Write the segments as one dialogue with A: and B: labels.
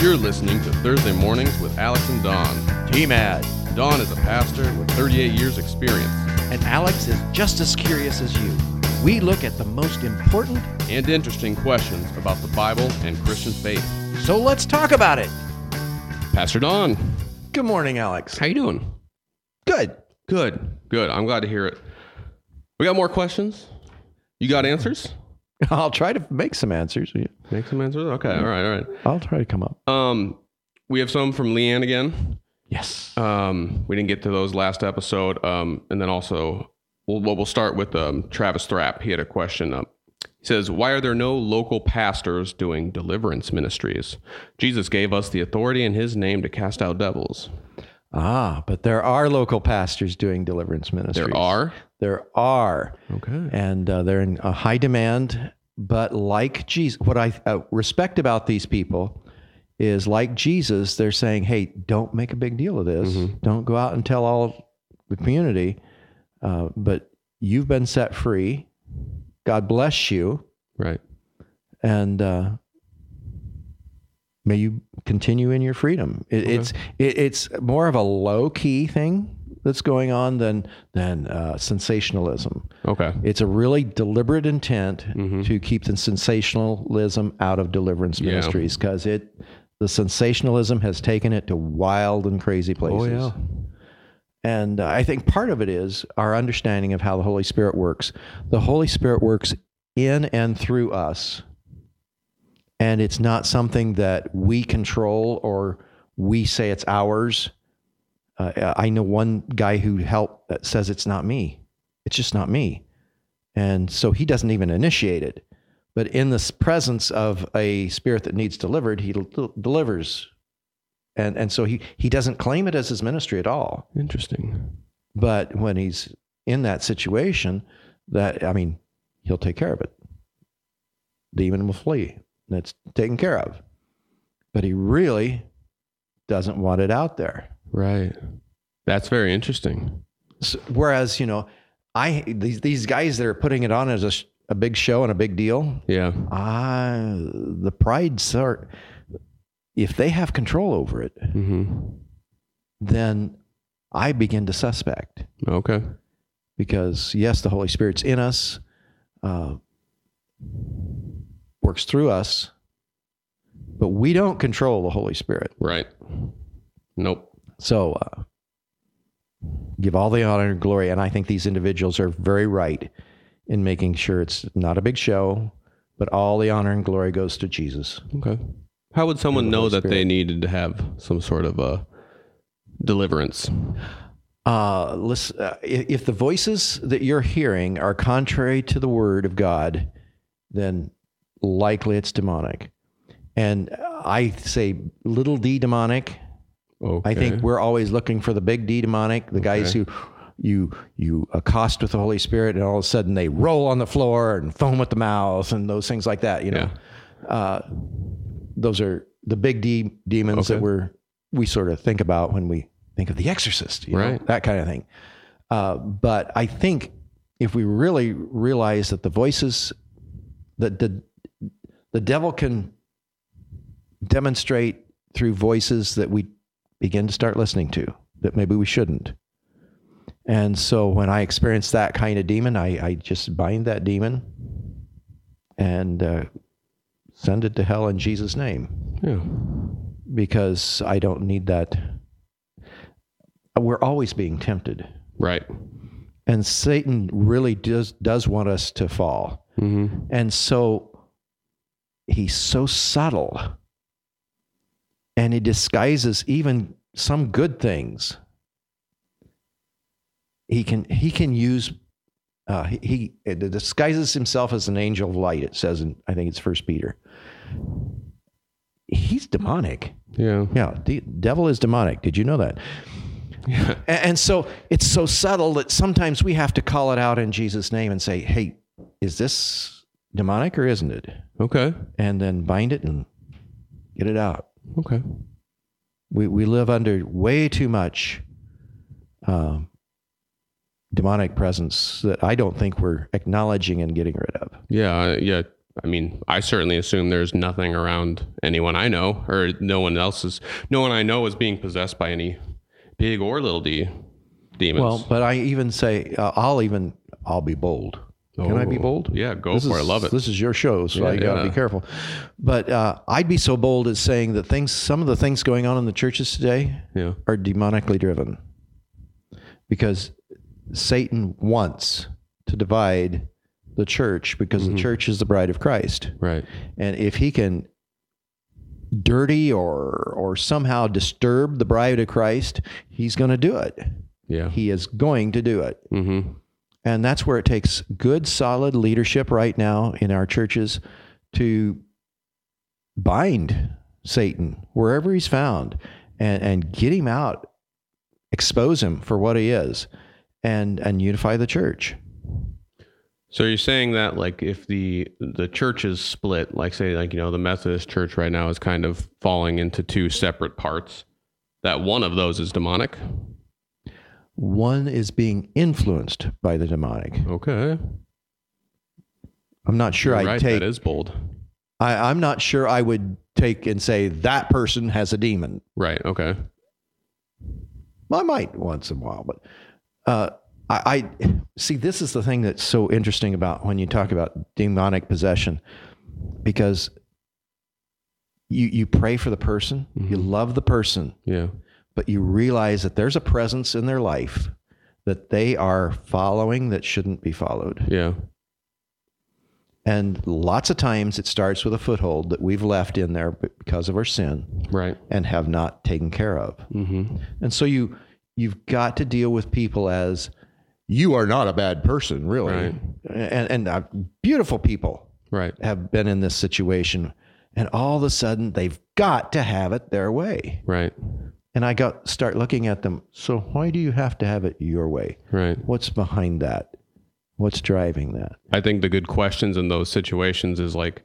A: You're listening to Thursday Mornings with Alex and Don.
B: T Mad.
A: Don is a pastor with 38 years' experience
B: And Alex is just as curious as you. We look at the most important,
A: and interesting questions about the Bible and Christian faith.
B: so let's talk about it.
A: Pastor Don,
B: Good morning, Alex.
A: how you doing?
B: Good.
A: Good, good. I'm glad to hear it. We got more questions. You got answers?
B: I'll try to make some answers.
A: Make some answers. Okay, all right, all right.
B: I'll try to come up.
A: Um, we have some from Leanne again.
B: Yes.
A: Um, we didn't get to those last episode. Um, and then also, we'll, well, we'll start with um, Travis Thrapp. He had a question up. He says, Why are there no local pastors doing deliverance ministries? Jesus gave us the authority in his name to cast out devils.
B: Ah, but there are local pastors doing deliverance ministries.
A: There are.
B: There are.
A: Okay.
B: and uh, they're in a high demand. But like Jesus, what I uh, respect about these people is like Jesus, they're saying, "Hey, don't make a big deal of this. Don't go out and tell all the community, uh, but you've been set free. God bless you,
A: Right.
B: and uh, may you continue in your freedom." It, It's it, it's more of a low key thing that's going on than than uh, sensationalism.
A: Okay.
B: It's a really deliberate intent
A: Mhm.
B: to keep the sensationalism out of deliverance
A: Yeah.
B: ministries because it the sensationalism has taken it to wild and crazy places.
A: yeah.
B: And uh, I think part of it is our understanding of how the Holy Spirit works. The Holy Spirit works in and through us. And it's not something that we control or we say it's ours. Uh, I know one guy who helped that says it's not me. It's just not me. And so he doesn't even initiate it. But in the s- presence of a spirit that needs delivered, he del- delivers. And, and so he, he doesn't claim it as his ministry at all
A: Interesting.
B: but when he's in that situation that i mean he'll take care of it demon will flee and it's taken care of but he really doesn't want it out there
A: Right. That's very interesting.
B: so, whereas you know i these, these guys that are putting it on as a, sh- a big show and a big deal
A: Yeah.
B: ah the pride sort if they have control over it
A: Mm-hmm.
B: then i begin to suspect
A: Okay.
B: because yes, the Holy Spirit's in us, uh, works through us, but we don't control the Holy Spirit.
A: Right. Nope.
B: So uh, give all the honor and glory. And I think these individuals are very right in making sure it's not a big show, but all the honor and glory goes to Jesus.
A: Okay. How would someone
B: the
A: know
B: Holy
A: that they
B: Spirit.
A: needed to have some sort of a deliverance?
B: Uh, listen, uh, i- if the voices that you're hearing are contrary to the word of God, then likely it's demonic. And I say little d demonic.
A: Okay.
B: I think we're always looking for the big d demonic, the guys who you you accost with the Holy Spirit, and all of a sudden they roll on the floor and foam at the mouth and those things like that. You know, uh, those are the big D demons
A: Okay.
B: that we're we sort of think about when we think of The Exorcist, you know,
A: Right.
B: that kind of thing. Uh, but I think if we really realize that the voices that the the devil can demonstrate through voices that we begin to start listening to that maybe we shouldn't. And so when I experience that kind of demon, I, I just bind that demon and uh, send it to hell in Jesus' name
A: Yeah.
B: because I don't need that. We're always being tempted,
A: Right.
B: and Satan really does does want us to fall,
A: Mm-hmm.
B: and so he's so subtle, and he disguises even some good things. He can he can use. Uh, he, he disguises himself as an angel of light. It says in I think it's First Peter. He's demonic.
A: Yeah.
B: Yeah, the devil is demonic. Did you know that?
A: Yeah.
B: A- And so it's so subtle that sometimes we have to call it out in Jesus' name and say, "Hey, is this demonic or isn't it?"
A: Okay.
B: And then bind it and get it out.
A: Okay.
B: We we live under way too much um, demonic presence that I don't think we're acknowledging and getting rid of.
A: Yeah. I- Yeah. I mean, I certainly assume there's nothing around anyone I know, or no one else is, no one I know is being possessed by any big or little d demons.
B: Well, but I even say uh, I'll even I'll be bold. Can I be
A: Oh,
B: bold?
A: Yeah, go
B: This
A: for it.
B: is-
A: Love it.
B: This is your show, so I got to
A: yeah.
B: be careful. But uh, I'd be so bold as saying that things, some of the things going on in the churches today,
A: yeah.
B: are demonically driven, because Satan wants to divide the church because
A: Mm-hmm.
B: the church is the bride of Christ,
A: Right.
B: and if he can dirty or or somehow disturb the bride of Christ, he's going to do it.
A: Yeah.
B: He is going to do it.
A: Mm-hmm.
B: And that's where it takes good, solid leadership right now in our churches to bind Satan wherever he's found and, and get him out, expose him for what he is, and, and unify the church.
A: So you're saying that like if the the church is split, like say like you know the Methodist church right now is kind of falling into two separate parts, that one of those is demonic.
B: One is being influenced by the demonic.
A: Okay.
B: I'm not sure
A: You're
B: I'd
A: right,
B: take,
A: that is bold.
B: I, I'm not sure I would take and say that person has a demon.
A: Right. Okay.
B: Well, I might once in a while, but uh, I, I see this is the thing that's so interesting about when you talk about demonic possession, because you you pray for the person, you love the person,
A: Yeah.
B: but you realize that there's a presence in their life that they are following that shouldn't be followed.
A: Yeah.
B: And lots of times it starts with a foothold that we've left in there because of our sin
A: Right.
B: and have not taken care of.
A: Mm-hmm.
B: And so you you've got to deal with people as you are not a bad person, really.
A: Right.
B: And and uh, beautiful people
A: Right.
B: have been in this situation, and all of a sudden they've got to have it their way.
A: Right.
B: And I got start looking at them. So why do you have to have it your way?
A: Right.
B: What's behind that? What's driving that?
A: I think the good questions in those situations is like,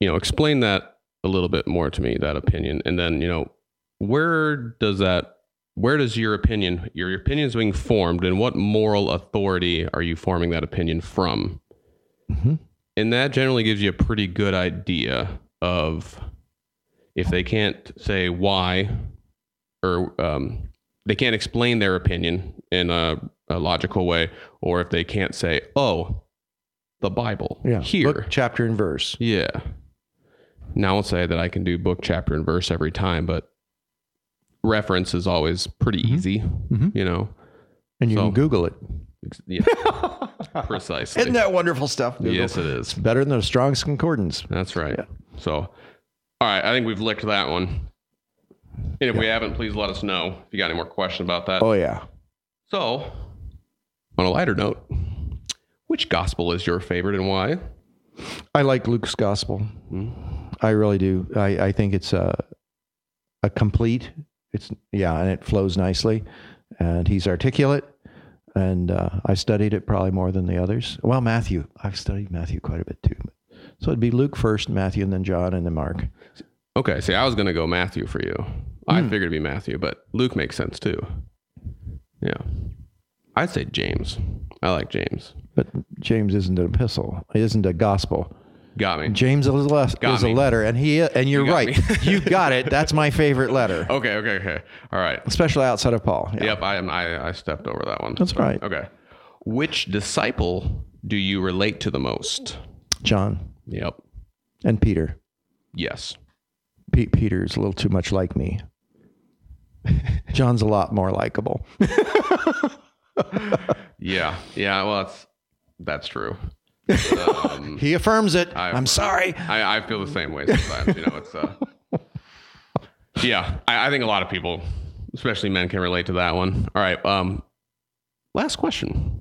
A: you know, explain that a little bit more to me, that opinion. And then, you know, where does that, where does your opinion, your opinion is being formed and what moral authority are you forming that opinion from?
B: Mhm.
A: And that generally gives you a pretty good idea of if they can't say why or um, they can't explain their opinion in a, a logical way, or if they can't say, oh, the Bible here.
B: Book, chapter and verse.
A: Yeah. Now, I won't say that I can do book, chapter, and verse every time, but reference is always pretty easy,
B: Mhm.
A: you know?
B: And you
A: So-
B: can Google it.
A: Ex- Yeah, precisely.
B: Isn't that wonderful stuff? Google?
A: yes, it is.
B: Better than the Strong's Concordance.
A: That's right. So, all right, I think we've licked that one. And if we haven't, please let us know if you got any more questions about that.
B: Oh yeah.
A: So, on a lighter note, which gospel is your favorite and why?
B: I like Luke's gospel.
A: Mhm.
B: I really do. I, I think it's a a complete. It's yeah, and it flows nicely, and he's articulate. And uh, I studied it probably more than the others. Well, Matthew, I've studied Matthew quite a bit too. So it'd be Luke first, Matthew, and then John, and then Mark.
A: Okay, see, I was going to go Matthew for you. I figured it'd be Matthew, but Luke makes sense too. Yeah. I'd say James. I like James.
B: But James isn't an epistle. It isn't a gospel.
A: Got me.
B: James is, a le-
A: Got
B: is a
A: me.
B: letter, and he and you're
A: got Oh.
B: right. you got it. That's my favorite letter,
A: Okay, okay, okay. All right.
B: especially outside of Paul. Yeah.
A: Yep, I am I, I stepped over that one.
B: That's right.
A: Okay. Which disciple do you relate to the most?
B: John
A: Yep.
B: and Peter.
A: Yes.
B: Pete Peter's a little too much like me. John's a lot more likable.
A: Yeah. Yeah, well, that's that's true. Um,
B: He affirms it.
A: I-
B: I, am sorry.
A: I, I feel the same way sometimes. You know, it's uh, yeah. I, I think a lot of people, especially men, can relate to that one. All right. Um, last question.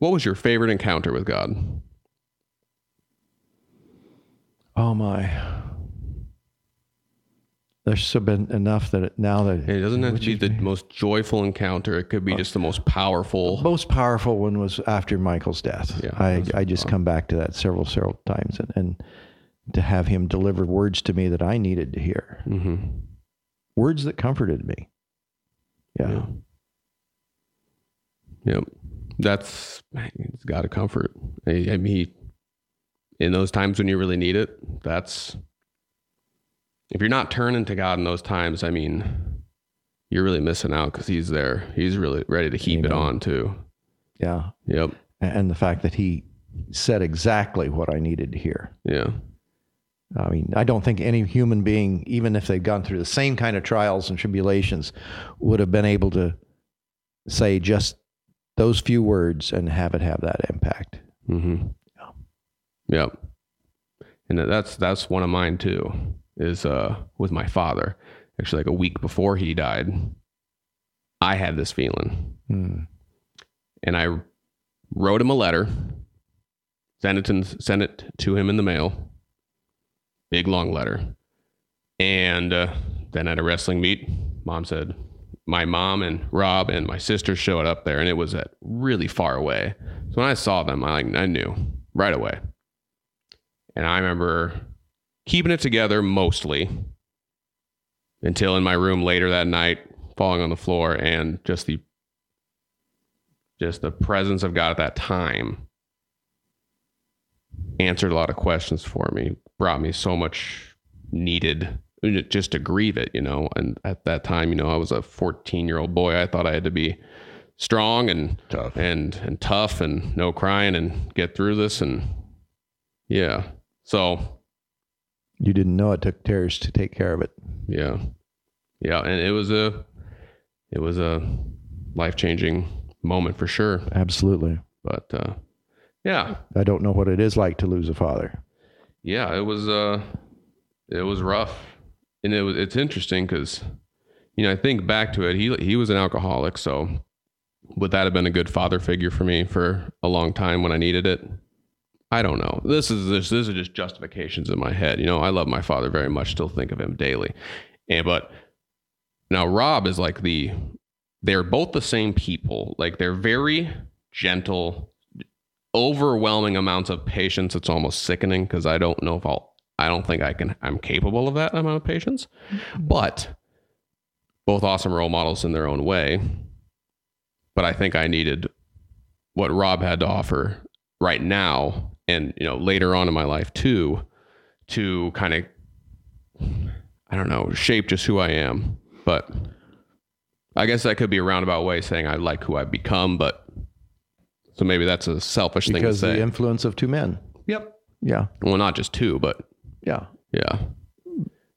A: What was your favorite encounter with God?
B: Oh my. There's so been enough that it, now that
A: It doesn't have to be the most joyful encounter. It could
B: Uh,
A: be just the most powerful.
B: most powerful one was after Michael's death.
A: Yeah,
B: I, I just come back to that several, several times and, and to have him deliver words to me that I needed to hear.
A: hmm
B: Words that comforted me. Yeah.
A: Yeah. Yep. That's it's got to comfort. I, I mean, he in those times when you really need it, that's if you're not turning to God in those times, I mean, you're really missing out because He's there. He's really ready to keep it
B: Amen.
A: on too.
B: Yeah.
A: Yep.
B: And the fact that he said exactly what I needed to hear.
A: Yeah.
B: I mean, I don't think any human being, even if they've gone through the same kind of trials and tribulations, would have been able to say just those few words and have it have that impact.
A: Mm-hmm. Yep. And that- that's that's one of mine too. Is uh with my father. Actually, like a week before he died, I had this feeling,
B: Hmm.
A: and I wrote him a letter, sent it and sent it to him in the mail. Big long letter, and uh, then at a wrestling meet, mom said. My mom and Rob and my sister showed up there, and it was at really far away. So when I saw them, I I knew right away. And I remember keeping it together mostly until in my room later that night, falling on the floor and just the just the presence of God at that time answered a lot of questions for me, brought me so much needed uh, just to grieve it, you know. And at that time, you know, I was a 14 year old boy. I thought I had to be strong and
B: Tough.
A: and and tough and no crying and get through this and yeah. So
B: You didn't know it took tears to take care of it.
A: yeah. Yeah, and it was a it was a life-changing moment for sure,
B: Absolutely.
A: but uh yeah.
B: I don't know what it is like to lose a father.
A: Yeah, it was uh it was rough. And it was it's interesting cuz you know, I think back to it. He he was an alcoholic, so would that have been a good father figure for me for a long time when I needed it? I don't know. This is this this are just justifications in my head. You know, I love my father very much, still think of him daily. And but now Rob is like the they're both the same people. Like they're very gentle, overwhelming amounts of patience. It's almost sickening because I don't know if I'll I don't think I can I'm capable of that amount of patience. But both awesome role models in their own way. But I think I needed what Rob had to offer right now and you know later on in my life too to kind of I don't know, shape just who I am. But I guess that could be a roundabout way of saying I like who I've become, but so maybe that's a selfish thing to
B: Because
A: say.
B: the influence of two men.
A: Yep.
B: Yeah.
A: Well, not just two, but
B: Yeah.
A: yeah.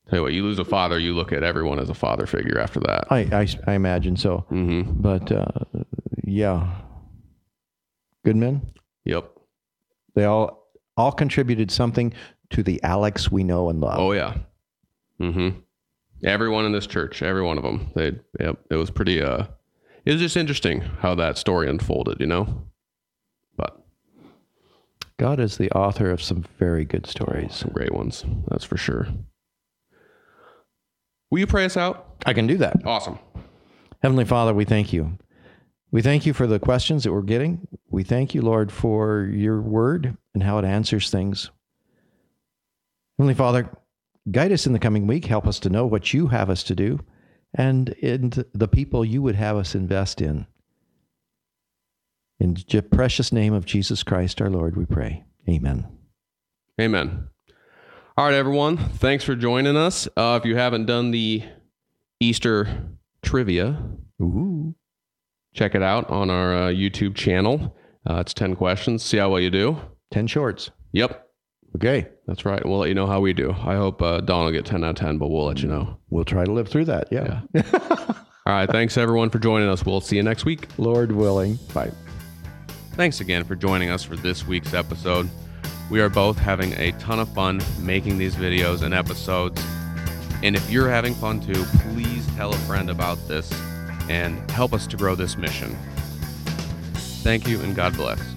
A: Tell you what, you lose a father, you look at everyone as a father figure after that.
B: I, I, I imagine so.
A: Mm-hmm.
B: But uh, yeah. Good men.
A: Yep.
B: They all all contributed something to the Alex we know and love.
A: Oh yeah. Mm-hmm. Everyone in this church, every one of them. They. Yep. It was pretty. Uh, it was just interesting how that story unfolded. You know. But
B: God is the author of some very good stories.
A: some great ones, that's for sure. Will you pray us out?
B: I can do that.
A: Awesome.
B: Heavenly Father, we thank you. We thank you for the questions that we're getting. We thank you, Lord, for your word and how it answers things. Heavenly Father, guide us in the coming week. Help us to know what you have us to do and in the people you would have us invest in. In the precious name of Jesus Christ our Lord, we pray. Amen.
A: Amen. All right, everyone. Thanks for joining us. Uh, if you haven't done the Easter trivia,
B: Ooh.
A: check it out on our uh, YouTube channel. Uh, it's 10 questions. See how well you do.
B: 10 shorts.
A: Yep.
B: Okay.
A: That's right. We'll let you know how we do. I hope uh, Don will get 10 out of 10, but we'll let you know.
B: We'll try to live through that. yeah.
A: All right. Thanks, everyone, for joining us. We'll see you next week.
B: Lord willing.
A: Bye. Thanks again for joining us for this week's episode. We are both having a ton of fun making these videos and episodes. And if you're having fun too, please tell a friend about this and help us to grow this mission. Thank you and God bless.